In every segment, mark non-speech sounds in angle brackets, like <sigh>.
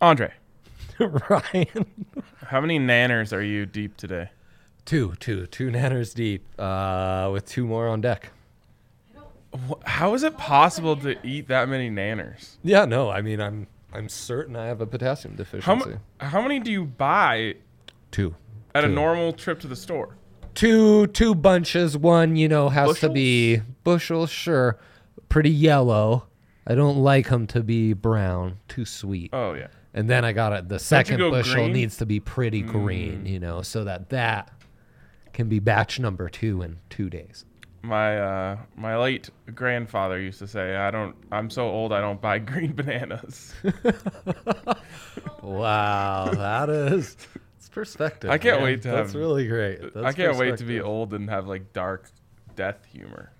Andre, <laughs> Ryan. how many nanners are you deep today? Two, two, two nanners deep, uh, with two more on deck. Wh- How is it possible to eat that many nanners? Yeah, no, I mean, I'm I'm certain I have a potassium deficiency. How, mu- how many do you buy two. at a Two. normal trip to the store? Two, two bunches. One, you know, has to Bushels? be bushel, sure. Pretty yellow. I don't like them to be brown, too sweet. Oh, yeah. And then I got it. The second go bushel green? needs to be pretty green, you know, so that that can be batch number two in two days. My uh, my late grandfather used to say, "I don't. I'm so old. I don't buy <laughs> green bananas. Wow, that is it's perspective. I can't man. wait to That's have- really great. <laughs> I That's can't wait to be perspective. old and have like dark death humor."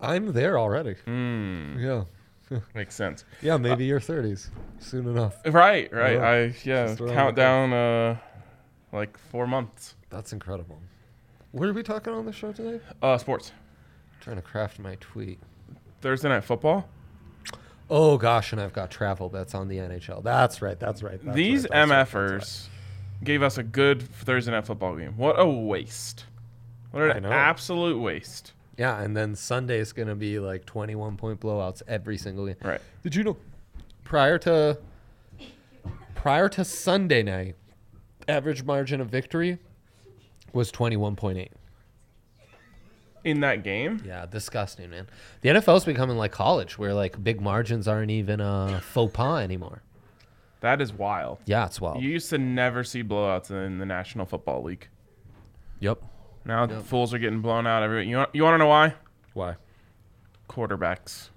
I'm there already. Mm. Hmm. Yeah, Makes sense. yeah. Uh, Maybe your 30s soon enough. Right, right. Yeah, I yeah. just around the Count down uh, like four months. That's incredible. What are we talking on the show today? Uh, sports. trying to craft my tweet. Thursday night football. Oh gosh, and I've got travel bets on the NHL. That's right. That's right. that's These right, that's right, that's MFers gave us a good Thursday night football game. What a waste! What I an know. absolute waste! right. Yeah, and then Sunday's gonna be like 21 point blowouts every single game. Right. Did you know? Prior to prior to Sunday night, average margin of victory was 21.8. In that game, Yeah, disgusting, man. The NFL's becoming like college, where like big margins aren't even a faux pas anymore. that is wild. Yeah, it's wild. You used to never see blowouts in the National Football League. Yep. Now fools are getting blown out. Every you want, you want to know why? Why? Quarterbacks.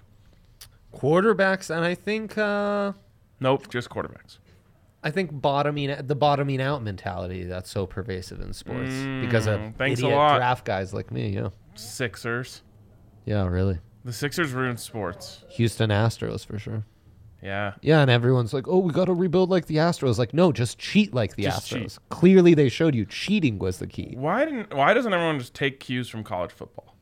Quarterbacks, and I think uh, Nope, just quarterbacks. I think bottoming the bottoming out mentality that's so pervasive in sports because of thanks a idiot lot. draft guys like me. Yeah. Sixers. Yeah, really. The Sixers ruined sports. Houston Astros for sure. Yeah. Yeah, and everyone's like, "Oh, we got to rebuild like the Astros." Like, no, just cheat like the Just Astros. cheat. Clearly, they showed you cheating was the key. Why didn't? Why doesn't everyone just take cues from college football?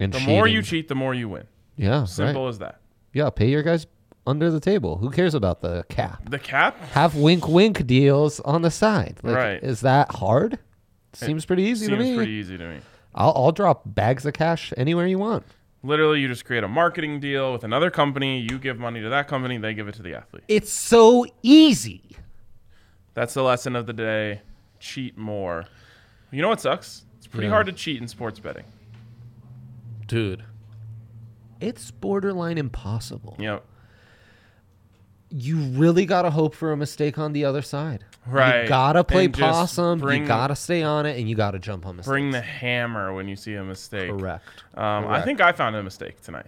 And The more you cheating- cheat, the more you win. yeah, Simple Right. as that. Yeah, pay your guys under the table. Who cares about the cap? The cap. Have wink wink deals on the side. Like, Right. Is that hard? Seems pretty easy Seems to me. pretty easy to me. I'll, I'll drop bags of cash anywhere you want. Literally, you just create a marketing deal with another company. You give money to that company. They give it to the athlete. It's so easy. That's the lesson of the day. Cheat more. You know what sucks? It's pretty Yeah. hard to cheat in sports betting. Dude. It's borderline impossible. You know, You really got to hope for a mistake on the other side. Right. You got to play And just possum. bring- you got to stay on it and you got to jump on mistakes. bring the hammer when you see a mistake. Correct. Um, I Correct. think I found a mistake tonight.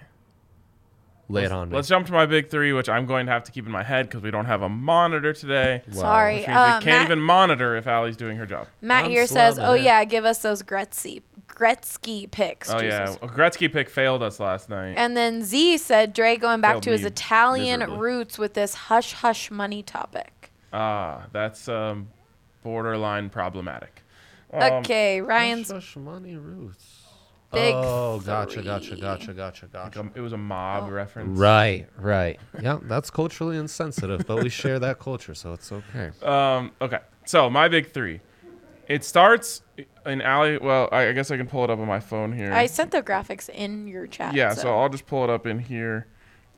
Lay it on me. Let's jump to my big three, which I'm going to have to keep in my head because we don't have a monitor today. Which Sorry. means Uh, we can't Matt, even monitor if Allie's doing her job. Matt I'm here says, slobbing "Oh it. yeah, give us those Gretzky Gretzky picks." Oh Jesus. Eh. yeah, a Gretzky pick failed us last night. And then Z said Dre going back Failed to his me Italian miserably. roots with this hush hush money topic. Ah, that's um, borderline problematic. Um, okay, Ryan's money roots. big. Oh, gotcha, gotcha, three. gotcha, gotcha, gotcha. Um, it was a Oh. mob reference. Right, right. Yeah, that's culturally insensitive, but we share that culture, so it's okay. Um, okay, so my big three. It starts in Allie. Well, I, I guess I can pull it up on my phone here. I sent the graphics in your chat. yeah, so I'll just pull it up in here,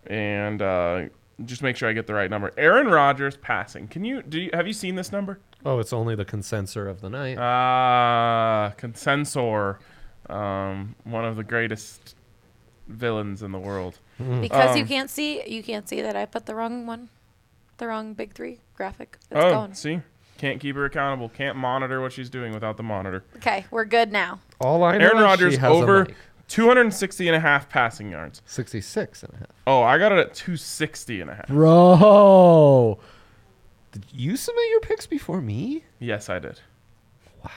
and uh, just make sure I get the right number. Aaron Rodgers passing. Can you do? You, have you seen this number? Oh, it's only the consensor of the night. uh, Ah, consensor, um, one of the greatest villains in the world. because you um, can't see, you can't see that I put the wrong one, the wrong big three graphic. It's oh, gone. see, can't keep her accountable. Can't monitor what she's doing without the monitor. Okay, we're good now. All I know Aaron is Rodgers she has a over mic. 260 and a half passing yards. 66 and a half. Oh, I got it at 260 and a half. Bro. Did you submit your picks before me? Yes, I did. Wow.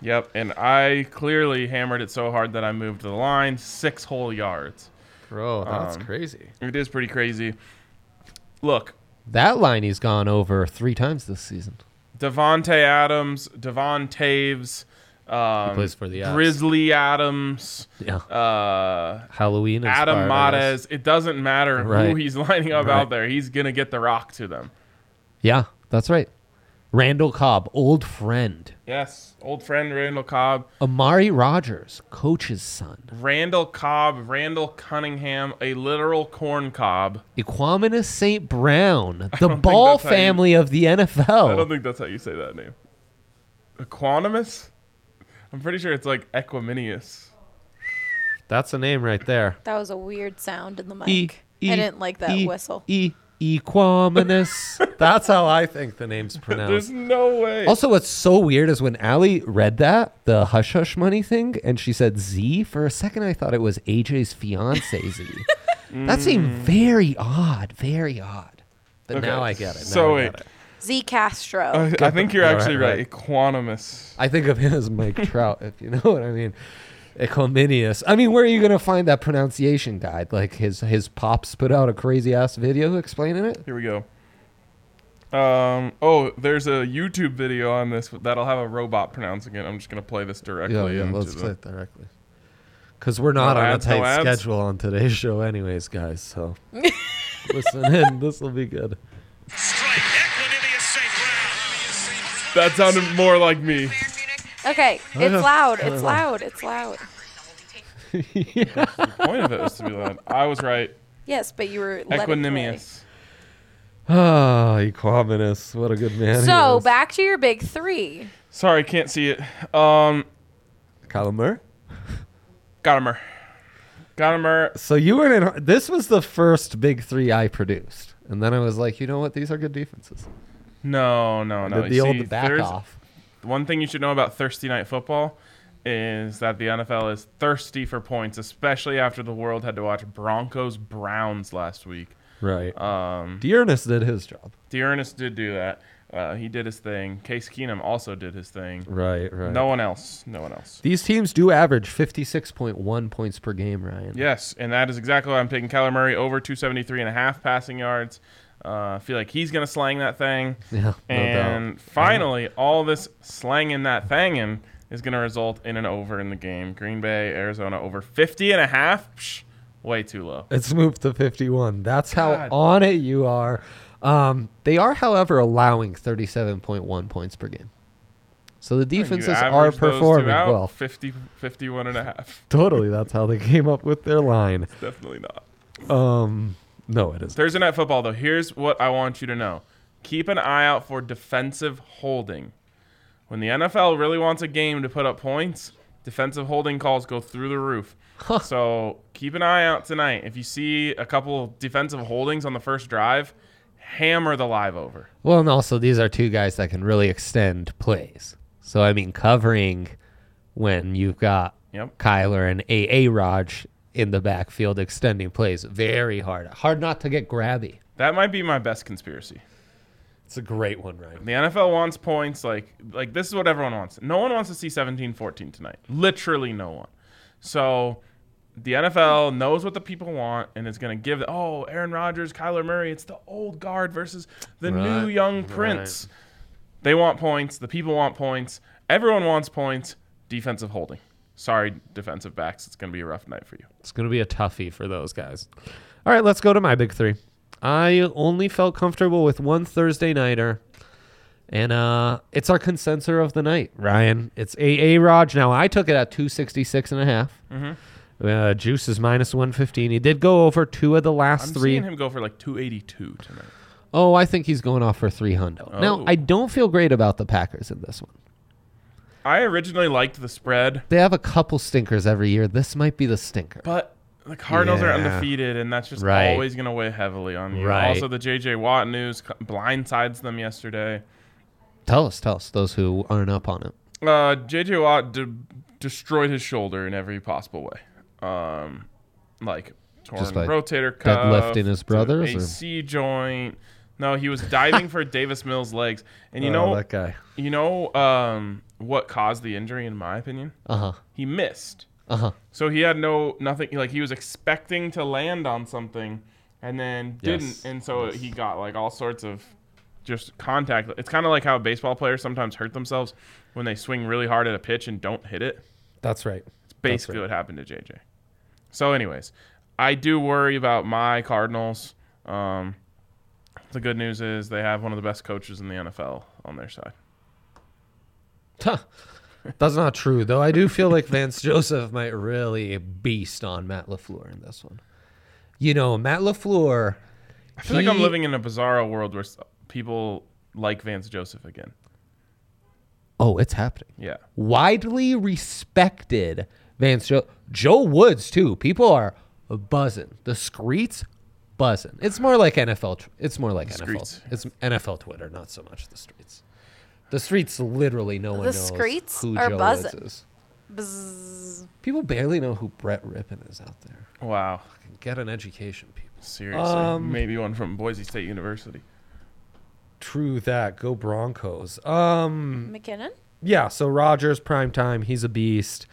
Yep, and I clearly hammered it so hard that I moved the line six whole yards. Bro, that's Um, crazy. It is pretty crazy. Look, That line he's gone over three times this season. Devonte Adams, Devon Taves, um, plays for the Avs. Grizzly Adams, Yeah. uh, Halloween Adam inspired us. Mares. It doesn't matter who Right. he's <laughs> lining up Right. out there. He's gonna get the rock to them. Yeah, that's right. Randall Cobb, old friend. Yes, old friend Randall Cobb, Amari Rogers, coach's son. Randall Cobb, Randall Cunningham, a literal corn cob. Equanimous St. <laughs> Brown, the don't think ball that's how you- family of the I don't NFL. think that's how you say that name. Equanimous? I'm pretty sure it's like Equiminius. That's a name right there. That was a weird sound in the mic. E, I e, didn't like that e, whistle. E Equanimous. <laughs> That's how I think the name's There's pronounced. no way. Also, what's so weird is when Allie read that, the hush hush money thing, and she said Z, for a second I thought it was AJ's fiance <laughs> Z. that seemed very odd, very odd. But Okay. now I get it. Now So I wait, get it. Z <laughs> Castro. I, I think you're All right, actually right, right. Equanimous. I think of him as Mike Trout, if you <laughs> know what I mean. Ecominius. I mean, where are you gonna find that pronunciation guide? Like his his pops put out a crazy ass video explaining it. Here we go. Um. Oh, there's a YouTube video on this that'll have a robot pronouncing it. I'm just gonna play this directly. Yeah, yeah. into Let's the- play it directly. Because we're not No on ads, a no tight ads? schedule on today's show, anyways, guys. <laughs> So listen in. This will be good. Strike. Equanimeous St. Brown. That sounded more like me. okay, yeah. it's loud. Yeah. <laughs> It's loud. It's loud. The point of it was to be loud. I was right. Yes, but you were let it play. Equanimous. Ah, Equanimous. What a good man. he So was. back to your big three. Sorry, can't see it. Um, Kyler Murray. Gadamer. Gadamer. So you were in. This was the first big three I produced, and then I was like, you know what? These are good defenses. No, no, no. the You the see, old back there's- off. One thing you should know about Thursday Night Football is that the NFL is thirsty for points, especially after the world had to watch Broncos Browns last week. Right. Um, Dearness did his job. Dearness did do that. Uh, he did his thing. Case Keenum also did his thing. Right, right. No one else. No one else. These teams do average 56.1 points per game, Ryan. Yes, and that is exactly why I'm taking Kyler Murray over 273 and a half passing yards. Uh, I feel like he's going to slang that thing. <laughs> Yeah, no and finally, all this slanging that thangin' is going to result in an over in the game. Green Bay, Arizona over 50 and a half. Psh, way too low. It's moved to 51. That's how God. on it you are. Um, they are, however, allowing 37.1 points per game. So the You defenses are average those two performing out, well. <laughs> 50, 51 and a half. <laughs> Totally. That's how they came up with their line. Definitely not. Um, no, it isn't. Thursday night football, though, here's what I want you to know. Keep an eye out for defensive holding. When the NFL really wants a game to put up points, defensive holding calls go through the roof. So keep an eye out tonight. If you see a couple defensive holdings on the first drive, hammer the live over. Well, and also these are two guys that can really extend plays. So I mean, covering when you've got Yep. Kyler and AA Raj in the backfield extending plays, very hard. Hard not to get grabby. That might be my best conspiracy. It's a great one, Ryan. The NFL wants points. Like like this is what everyone wants. No one wants to see 17-14 tonight. Literally no one. So the NFL knows what the people want and is going to give oh Aaron Rodgers, Kyler Murray. It's the old guard versus the new Right, young prince. They want points. The people want points. Everyone wants points. Defensive holding. Sorry, defensive backs. It's going to be a rough night for you. It's going to be a toughie for those guys. All right, let's go to my big three. I only felt comfortable with one Thursday nighter, and uh, it's our consensor of the night, Ryan. It's AA Raj. Now, I took it at 266 and a half. Mm-hmm. Uh, Juice is minus 115. He did go over two of the last I'm three. seeing him go for like 282 tonight. Oh, I think he's going off for three hundo. Now, Oh. I don't feel great about the Packers in this one. I originally liked the spread. They have a couple stinkers every year. This might be the stinker. But the Cardinals are Yeah. undefeated, and that's just Right. always going to weigh heavily on you. Right. Also, the J.J. Watt news co- blindsides them yesterday. tell us, tell us, those who aren't up on it. Uh, J.J. Watt de- destroyed his shoulder in every possible way, um, like torn Just by rotator cuff, deadlifting his to brothers, or- AC joint. No, he was diving for <laughs> Davis Mills' legs, and you Oh, know, guy. you know um, what caused the injury, in my opinion. Uh huh. He missed. Uh huh. So he had no nothing like he was expecting to land on something and then didn't Yes. and so he got like all sorts of just contact. It's kind of like how baseball players sometimes hurt themselves when they swing really hard at a pitch and don't hit it. That's right. It's basically what happened to JJ. So anyways, I do worry about my Cardinals. Um The good news is they have one of the best coaches in the NFL on their side. Huh. That's not true, though. I do feel like Vance <laughs> Joseph might really beast on Matt LaFleur in this one. You know, Matt LaFleur. I feel like I'm living in a bizarro world where s- people like Vance Joseph again. Oh, it's happening. Yeah. widely respected Vance Joe, Joe Woods too. People are buzzing. The streets buzzing. It's more like NFL. tw- It's more like NFL. streets. It's NFL Twitter, not so much the streets. The streets literally no one The knows streets who are Joe buzzing. Woods is. Bzzz. People barely know who Brett Rippon is out there. Wow. Get an education, people. Seriously. Maybe one from Boise State University. True that. Go Broncos. Um. McKinnon? yeah, so Rogers prime time, he's a beast.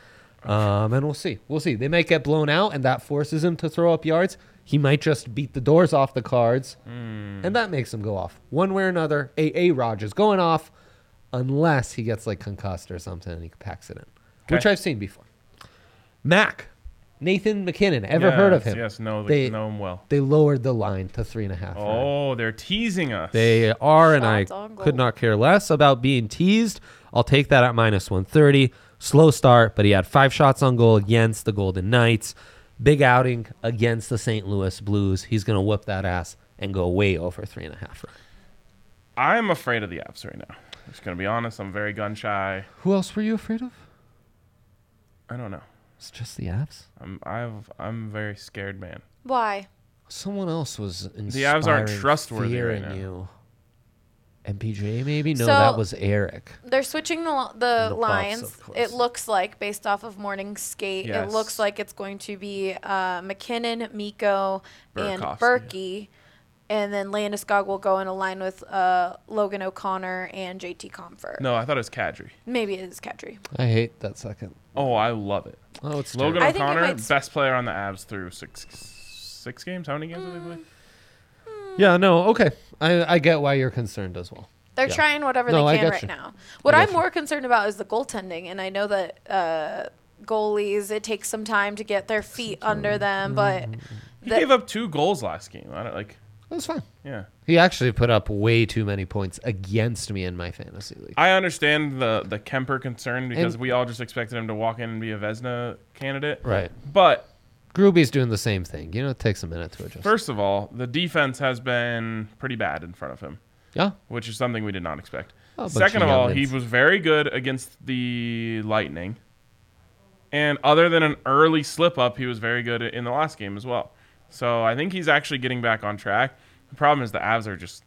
Um, and we'll see. We'll see. They might get blown out, and that forces him to throw up yards. He might just beat the doors off the cards, Hmm. and that makes him go off one way or another. A. A. Rogers going off, unless he gets like concussed or something and he packs it in, which Okay. I've seen before. Mac, Nathan McKinnon, ever heard of Yes, him? Yes, no, they, They- know him well. They lowered the line to three and a half. Ryan. Oh, they're teasing us. They are, and I Shots on goal. could not care less about being teased. I'll take that at minus 130. Slow start, but he had five shots on goal against the Golden Knights. Big outing against the St. Louis Blues. He's going to whoop that ass and go way over three and a half. I'm afraid of the apps right now. I'm just gonna be honest. I'm very gun shy. Who else were you afraid of? I don't know. It's just the Avs. I'm I've I'm a very scared man. Why? Someone else was The Avs aren't inspiring trustworthy fear right in now. You. MPJ, maybe? No, So- that was Eric. They're switching the, lo- the, The Buffs, lines. of course. it looks like, based off of morning skate, Yes. it looks like it's going to be uh, McKinnon, Miko, and Burakovsky. Berkey. And then Landeskog will go in a line with uh, Logan O'Connor and JT Comfort. No, I thought it was Kadri. Maybe it is Kadri. I hate that second. Oh, I love it. Oh, it's Logan terrible. I think it O'Connor, might- best player on the Avs through six six games. How many games have Mm, they played? Yeah, no, okay. I, I get why you're concerned as well. They're Yeah. trying whatever No, I they can get right you. now. What I I'm get you. more concerned about is the goaltending, and I know that uh, goalies it takes some time to get their feet under them, but Mm. He That- gave up two goals last game. I don't like. That's fine. Yeah, He actually put up way too many points against me in my fantasy league. I understand the the Kemper concern because And- we all just expected him to walk in and be a Vesna candidate. Right. But Groovy's doing the same thing. You know, it takes a minute to adjust. first of all, the defense has been pretty bad in front of him. yeah. which is something we did not expect. A bunch Second of of all, young he kids. was very good against the Lightning. And other than an early slip up, he was very good in the last game as well. So I think he's actually getting back on track. The problem is the Avs are just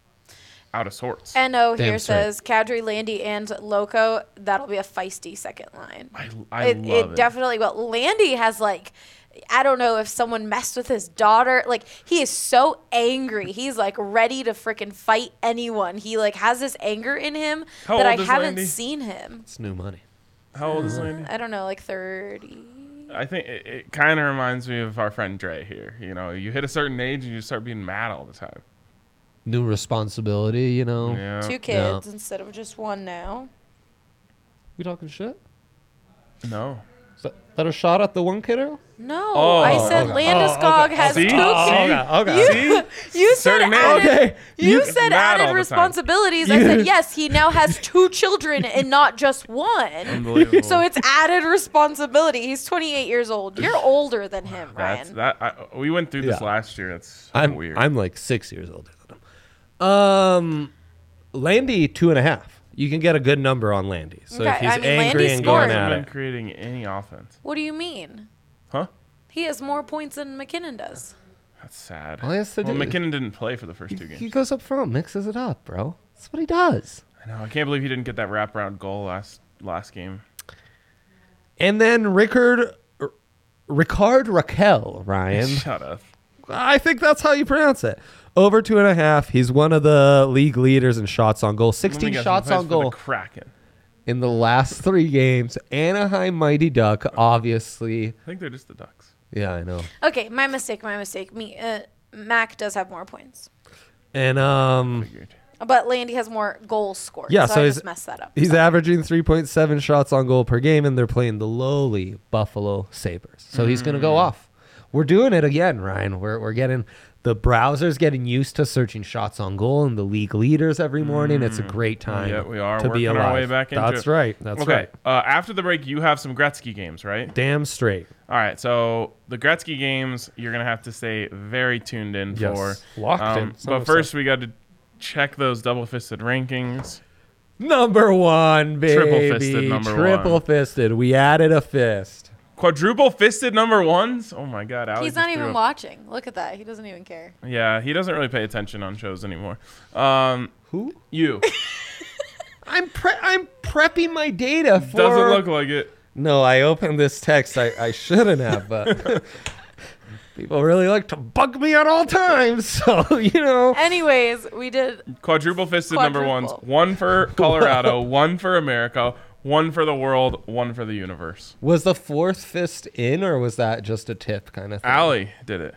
out of sorts. No here straight. says Kadri, Landy, and Loco. That'll be a feisty second line. I, I it, love it. it definitely will. Landy has like. I don't know if someone messed with his daughter. Like he is so angry. He's like ready to freaking fight anyone. He like has this anger in him How that I old is haven't Landy? seen him. It's new money. How old is Landy? I don't know, like 30. I think it, it kind of reminds me of our friend Dre here. You know, you hit a certain age and you start being mad all the time. New responsibility, you know. Oh, Yeah. two Yeah. kids instead of just one now. We talking shit? No. Is that, that a shot at the one kiddo? No, Oh, I said okay. Landeskog has See? two Oh, kids. okay. You said Certain man. added, Okay. you You- said Mad all added the time. responsibilities. I You- said yes. He now has two children and not just one. Unbelievable. <laughs> So it's added responsibility. He's 28 years old. You're older than him, That's, Ryan. that I, we went through this Yeah. last year. That's so I'm weird. I'm like six years older than him. Um, Landy two and a half. You can get a good number on Landy. So if Okay, he's I mean, angry Landy and going scored. Hasn't at been it, creating any offense. What do you mean? Huh? He has more points than McKinnon does. That's sad. All he has to well, do is- McKinnon didn't play for the first two he games. goes up front, mixes it up, bro. That's what he does. I know. I can't believe he didn't get that wraparound goal last last <laughs> game. And then Rickard, R- Ricard Raquel, <laughs> Ryan. Shut up. I think that's how you pronounce it. Over two and a half. He's one of the league leaders in shots on goal. Let me 16 guess, he shots plays on for goal The Kraken. in the last three games. Anaheim Mighty Duck, obviously. I think they're just the Ducks. Yeah, I know. Okay, my mistake, my mistake. Me, uh, Mac does have more points, And um, Figured. but Landy has more goals scored. Yeah, so, so I he's- just messed that up. he's averaging 3.7 shots on goal per game, and they're playing the Mm. lowly Buffalo Sabres. So he's going to go off. We're doing it again, Ryan. We're, we're getting The browser's getting used to searching shots on goal and the league leaders every morning. It's a great time. Yeah, Mm. we are to be working our alive. way back into That's it. right. That's okay. right. Uh, after the break, you have some Gretzky games, right? Damn straight. All right, so the Gretzky games you're gonna have to stay very tuned in Yes. for. Um, Locked in, some But of us first, we got to check those double-fisted rankings. Number one, baby. Triple-fisted number Triple one. fisted. We added a fist. Quadruple-fisted number ones. Oh my God, Alex He's just not threw even a- watching. Look at that. He doesn't even care. Yeah, he doesn't really pay attention on shows anymore. Um, Who? you <laughs> I'm pre- I'm prepping my data for. doesn't look like it. No, I opened this text. I, I shouldn't <laughs> have, but people really like to bug me at all times. <laughs> So you know, Anyways, we did Quadruple-fisted number ones. Quadruple. One <laughs> for Colorado, one for America, one for the world, one for the universe. was the fourth fist in, or was that just a tip kind of thing? Allie did it.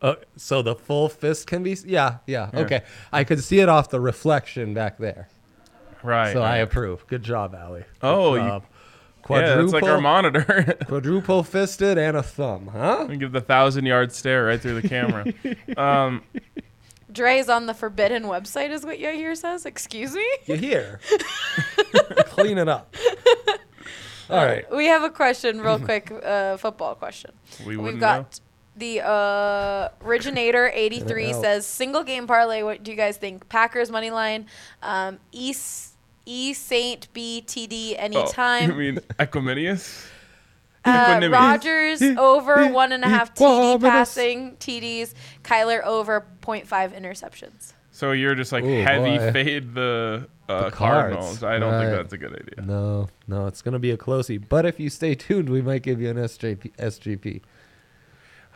Uh, so the full fist can be. Yeah, yeah, Okay, I could see it off the reflection back there. Right. So I right. approve. Good job, Allie. Good Oh, you- job. yeah, that's like our monitor. <laughs> quadruple fisted and a thumb, huh? And give the thousand yard stare right through the camera. Dre's on the Forbidden website, is what Yair says. Excuse me? You hear? <laughs> Clean <laughs> it up. All right. <laughs> We have a question, real quick uh, football question. we We've wouldn't know. got the uh, originator 83 out. says single game parlay. What do you guys think? Packers money line, um, East. E Saint B T D <laughs> anytime. Oh, <laughs> you mean Equiminius? Uh, Equanimous. <laughs> Rogers over one and a half TD Equanimous. passing TDs. Kyler over 0.5 interceptions. So you're just like Ooh, heavy boy. fade the, uh, The cards. Cardinals. I don't think Right. that's a good idea. No, no, it's gonna be a closey. But if you stay tuned, we might give you an SJP, SGP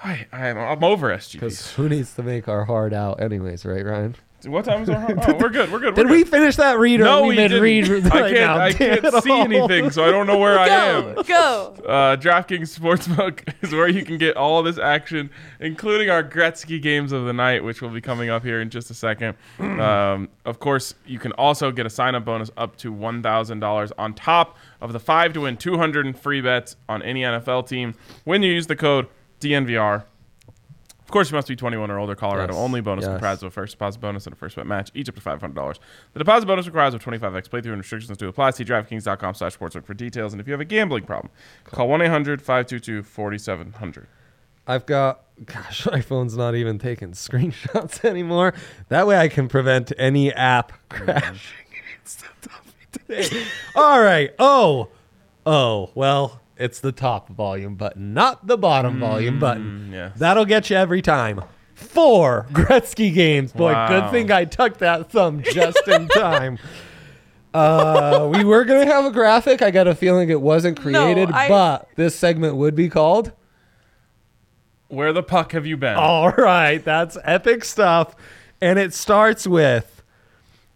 I, I'm, I'm over because SGPs. who needs to make our hard out, anyways, right, Ryan? What time is <laughs> our home? Oh, we're good. We're good. Did we're we good. finish that read? or No, we we made didn't. read right I can't, now. I Damn can't it see all. anything, so I don't know <laughs> where I am. Go, go. Uh, DraftKings Sportsbook <laughs> is where you can get all this action, including our Gretzky games of the night, which will be coming up here in just a <clears throat> second. Um, of course, you can also get a sign-up bonus up to one thousand dollars on top of the five to win two hundred and free bets on any NFL team when you use the code DNVR. Of course, you must be 21 or older. Colorado Yes, only bonus yes. comprised of a first deposit bonus and a first bet match, each up to $500. The deposit bonus requires a 25x playthrough and restrictions to apply. See DraftKings.com slash sportsbook for details. And if you have a gambling problem, call 1 800 522 4700. I've got. Gosh, <laughs> my phone's not even taking screenshots <laughs> anymore. That way, I can prevent <laughs> any app crashing. <laughs> It's the topic today. All right. Oh, oh. Well, it's the top volume button, not the bottom volume button. Mm, yes. That'll get you every time. Four <laughs> Gretzky games. Boy, Wow. good thing I tucked that thumb just <laughs> in time. Uh, we were gonna have a graphic. I got a feeling it wasn't created, I- but this segment would be called. Where the puck have you been? All right, that's epic stuff. And it starts with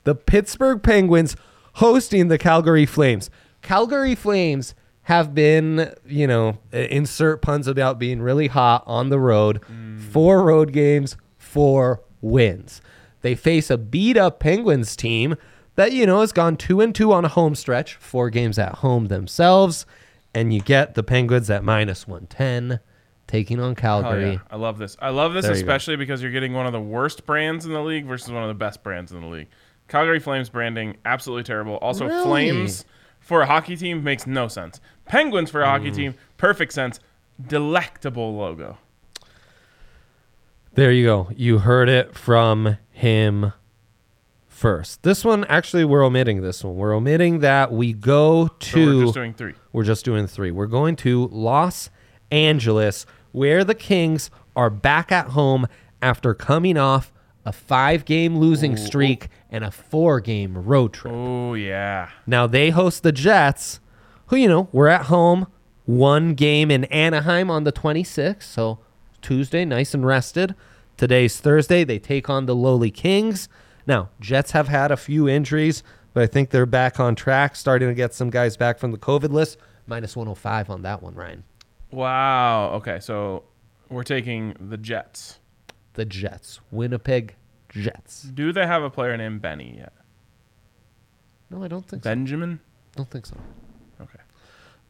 the Pittsburgh Penguins hosting the Calgary Flames. Calgary Flames have been, you know, i- insert puns about being really hot on the road. Mm. Four road games, four wins. They face a beat up Penguins team that, you know, has gone two and two on a home stretch, four games at home themselves. And you get the Penguins at minus 110, taking on Oh, Calgary. yeah. I love this. I love this There you go. especially because you're getting one of the worst brands in the league versus one of the best brands in the league. Calgary Flames branding, absolutely terrible. Also, Really? Flames for a hockey team makes no sense. Penguins for a Mm. hockey team, perfect sense. Delectable logo. There you go. You heard it from him first. This one, actually, we're omitting this one. We're omitting that we go to. So we're just doing three. We're just doing three. We're going to Los Angeles, where the Kings are back at home after coming off a five game losing streak and a four game road trip. Oh yeah. Now they host the Jets, who you know were at home, one game in Anaheim on the 26th, so Tuesday, nice and rested. Today's Thursday. They take on the lowly Kings. Now Jets have had a few injuries, but I think they're back on track, starting to get some guys back from the COVID list. Minus 105 on that one, Ryan. Wow. Okay, so we're taking the Jets. The Jets, Winnipeg Jets. Do they have a player named Benny yet? No, I don't think so. Benjamin? Don't think so. Okay.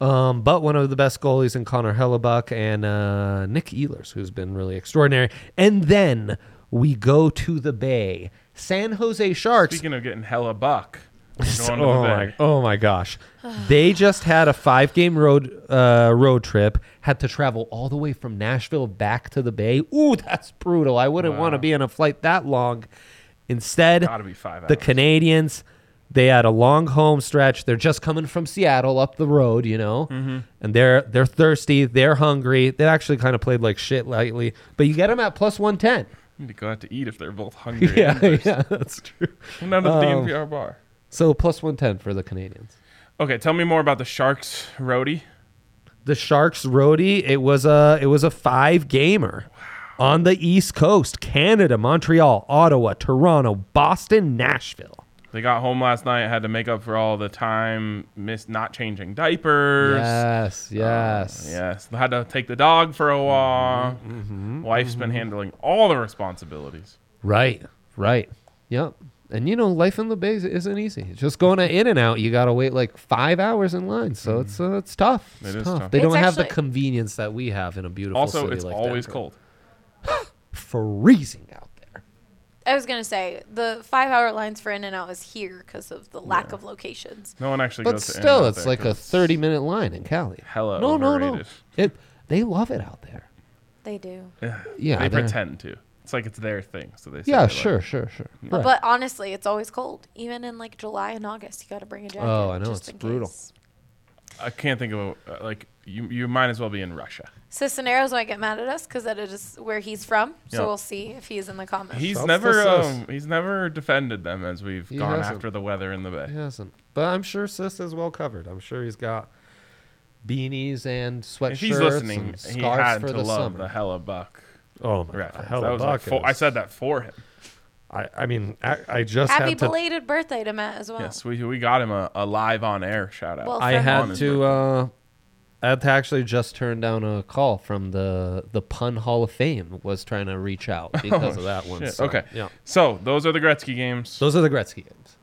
Um, but one of the best goalies in Connor Hellebuck and uh, Nick Ehlers, who's been really extraordinary. And then we go to the Bay. San Jose Sharks. Speaking of getting hella buck, <laughs> we're going oh, to the my, bay. oh my gosh. they just had a five game road uh, road trip, had to travel all the way from Nashville back to the Bay. Ooh, that's brutal. I wouldn't want to be on a flight that long. Instead, Gotta be five the hours. Canadians, they had a long home stretch. They're just coming from Seattle up the road, you know, and they're they're thirsty, they're hungry. They actually kind of played like shit lately, but you get them at plus one ten. Need to go out to eat if they're both hungry. <laughs> Yeah, and thirsty. yeah, that's true. Come down to the Um, DNPR bar. So plus one ten for the Canadians. Okay, tell me more about the Sharks roadie. the Sharks roadie. It was a it was a five gamer on the East Coast: Canada, Montreal, Ottawa, Toronto, Boston, Nashville. They got home last night. Had to make up for all the time missed not changing diapers. Yes, Ah, yes. Um, Yes, they had to take the dog for a walk. Mm-hmm, Wife's been handling all the responsibilities. Right, right. Yep. And you know, life in the Bay isn't easy. It's Just going to In and Out, you gotta wait like five hours in line, so it's uh, it's tough. It's Mm-hmm. It is tough. They It's don't have the actually- convenience that we have in a beautiful Also, city it's like always Denver. cold. freezing out there. I was gonna say the five-hour lines for In and Out is here because of the lack of locations. No one actually But goes. to still, In-N-Out it's there like a 'cause- thirty minute line in Cali. hella no, no, no. overrated. It they love it out there. They do, Yeah, They they're- pretend to. It's like it's their thing. So they. Say Yeah, they sure, Like, sure, sure. but, Right. but honestly, it's always cold. Even in like July and August, you got to bring a jacket. Oh, I know, just it's in brutal. case. I can't think of a, uh, like you. You might as well be in Russia. Cisneros might get mad at us because that is where he's from. So Yeah. we'll see if he's in the comments. He's Sounds never. so sus. Um, he's never defended them as we've He gone hasn't. after the weather in the bay. he hasn't. But I'm sure Sis is well covered. I'm sure he's got beanies and sweatshirts If he's listening, and he scarves had for to the love summer. the hella buck oh my God, reference. hell, that was like Buck for, I is- said that for him. I, I mean, I, I just Happy had to. belated birthday to Matt as well. Yes, we we got him a, a live on air shout out. Well, I for had Mama's to. Uh, I had to actually just turn down a call from the the pun Hall of Fame was trying to <laughs> reach out because of that one. Oh, Shit, so, okay. Yeah. So those are the Gretzky games. Those are the Gretzky games.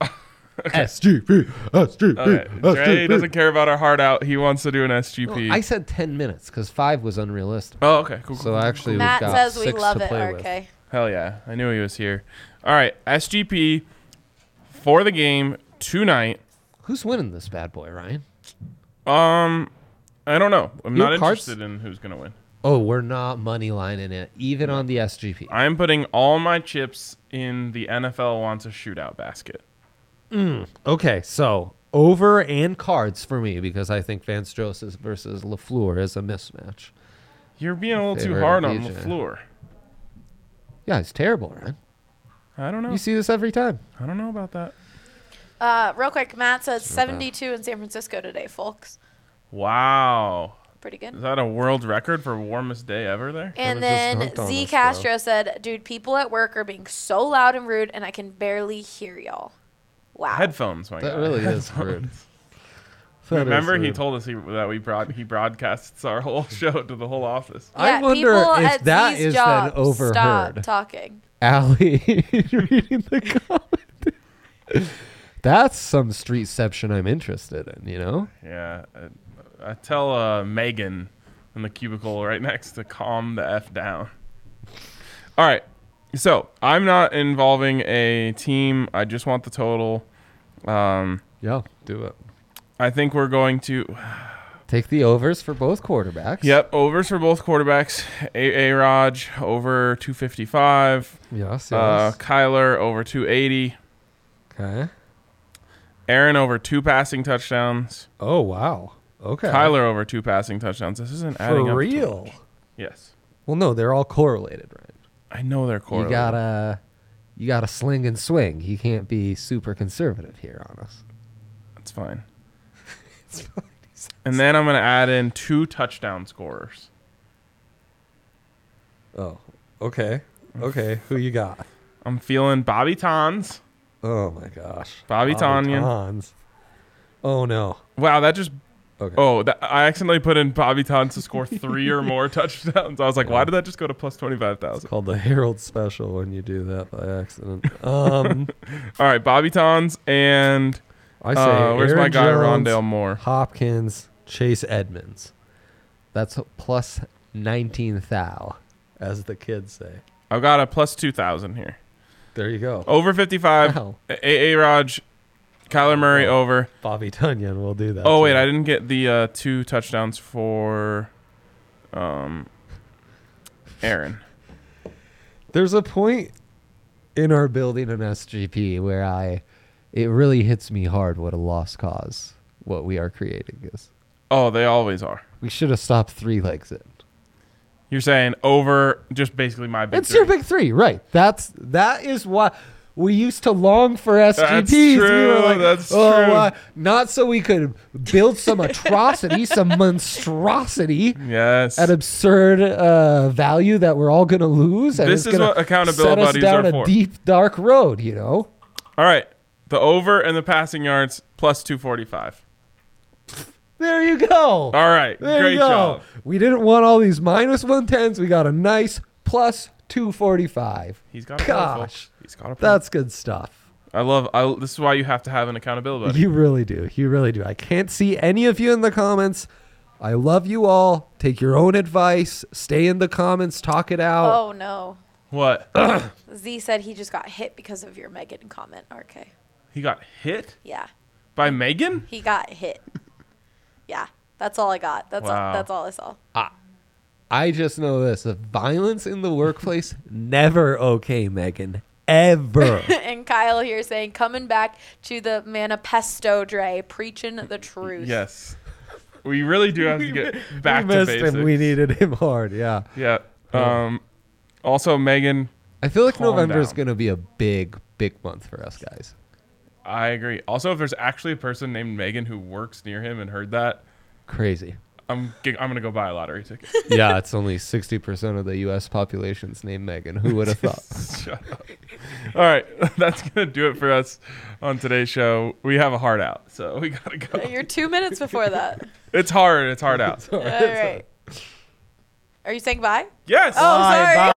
<laughs> SGP, SGP, Okay. Dre SGP. doesn't care about our heart out. He wants to do an No, SGP. I said 10 minutes because five was unrealistic. oh, okay. Cool. cool, So cool, actually, cool. we've Matt got says we six love to it, play RK. with. hell yeah, I knew he was here. All right, SGP for the game tonight. Who's winning this bad boy, Ryan? Um, I don't know. I'm Your not cards- interested in who's gonna win. Oh, we're not money lining it, even on the SGP. I'm putting all my chips in the NFL wants a shootout basket. Okay, so over and cards for me because I think Vance Joseph versus Lafleur is a mismatch. You're being a little too Favorite hard on DJ. Lafleur. Yeah, it's terrible, Ryan. I don't know. You see this every time. I don't know about that. Uh, real quick, Matt says 72 in San Francisco today, folks. Wow. Pretty Is good. that a world record for warmest day ever there? And just then dunked on Z us, bro. Castro said, "Dude, people at work are being so loud and rude, and I can barely hear y'all." Wow. Headphones, my That guy. really is rude. That is Remember, he rude. told us he, that we broad, he broadcasts our <laughs> whole show to the whole office. I wonder people if at that Z's is then job overheard. Stop talking. Allie <laughs> reading the comment. That's some streetception I'm interested in, you know? Yeah, I, I tell uh, Megan in the cubicle right next to calm the f down. All right, so I'm not involving a team. I just want the total. Um, Yeah, do it. I think we're going to Take the overs for both quarterbacks. Yep, overs for both quarterbacks. A A Raj over 255. Yes. yes. Uh, Kyler over 280. okay. Aaron over two passing touchdowns. Oh wow. Okay. Kyler over two passing touchdowns. This isn't adding up. for to- real. yes, Well, no, they're all correlated, right? I know they're You correlated. gotta, you gotta sling and swing. You can't be super conservative here on us. That's <laughs> fine. And then I'm gonna add in two touchdown scorers. Oh. Okay. Okay. Who you got? I'm feeling Bobby Tons. Oh my gosh. Bobby Tanyan. Tons. Oh no. Wow, that just. Okay. Oh, that, I accidentally put in Bobby Tons to <laughs> score three or more touchdowns. I was like, why did that just go to plus twenty five thousand? Called the Herald <laughs> Special when you do that by accident. Um, All right, Bobby Tons and I say Uh, where's Aaron my guy Jones, Rondale Moore? Hopkins, Chase Edmonds. That's plus nineteen thou, as the kids say. I've got a plus two thousand here. There you go. Over fifty five. Wow. A. A. Raj, Kyler Murray over. Bobby Tunyon will do that. Oh to wait, you. I didn't get the uh, two touchdowns for, um, Aaron. There's a point in our building an SGP where I, it really hits me hard what a lost cause what we are creating is. Oh, they always are. We should have stopped three legs in. You're saying over just basically my big. It's your three. big three, right? That's that is why we used to long for SGPs. we true, that's true. uh, not so we could build some atrocity, <laughs> some monstrosity. Yes. An absurd uh, value that we're all going to lose. And This it's is gonna what accountability set us buddies down are a for. deep dark road. You know, All right. The over and the passing yards plus 245. there you go. All right. There Great you go. job. We didn't want all these minus 110s. We got a nice plus 245. He's got a point, folks. Gosh, He's got a point. that's good stuff. I love I this is why you have to have an accountability buddy. You really do. You really do. I can't see any of you in the comments. I love you all. Take your own advice. Stay in the comments. Talk it out. Oh no. What? Z said he just got hit because of your Megan comment. RK. He got hit Yeah. by <laughs> Megan? He got hit. <laughs> yeah. That's all I got. That's Wow. all that's all I saw. <laughs> I just know this that violence in the workplace <laughs> never okay, Megan. Ever. and Kyle here saying coming back to the manifesto Dre <laughs> preaching the truth. Yes. We really do have to get back we to missed basics. him. We needed him hard. Yeah. yeah. Um also Megan, I feel like Calm November is down. going to be a big, big month for us guys. I agree. Also if there's actually a person named Megan who works near him and heard that, Crazy. I'm g- I'm going to go buy a lottery ticket. <laughs> yeah, it's only 60% of the U.S. population's named Megan. Who <laughs> would have thought? Shut up. All right, <laughs> that's gonna do it for us on today's show. We have a hard out, so we gotta go. You're two minutes before <laughs> that. It's <laughs> hard. It's hard out. all right. Are you saying bye? Yes. Oh, sorry.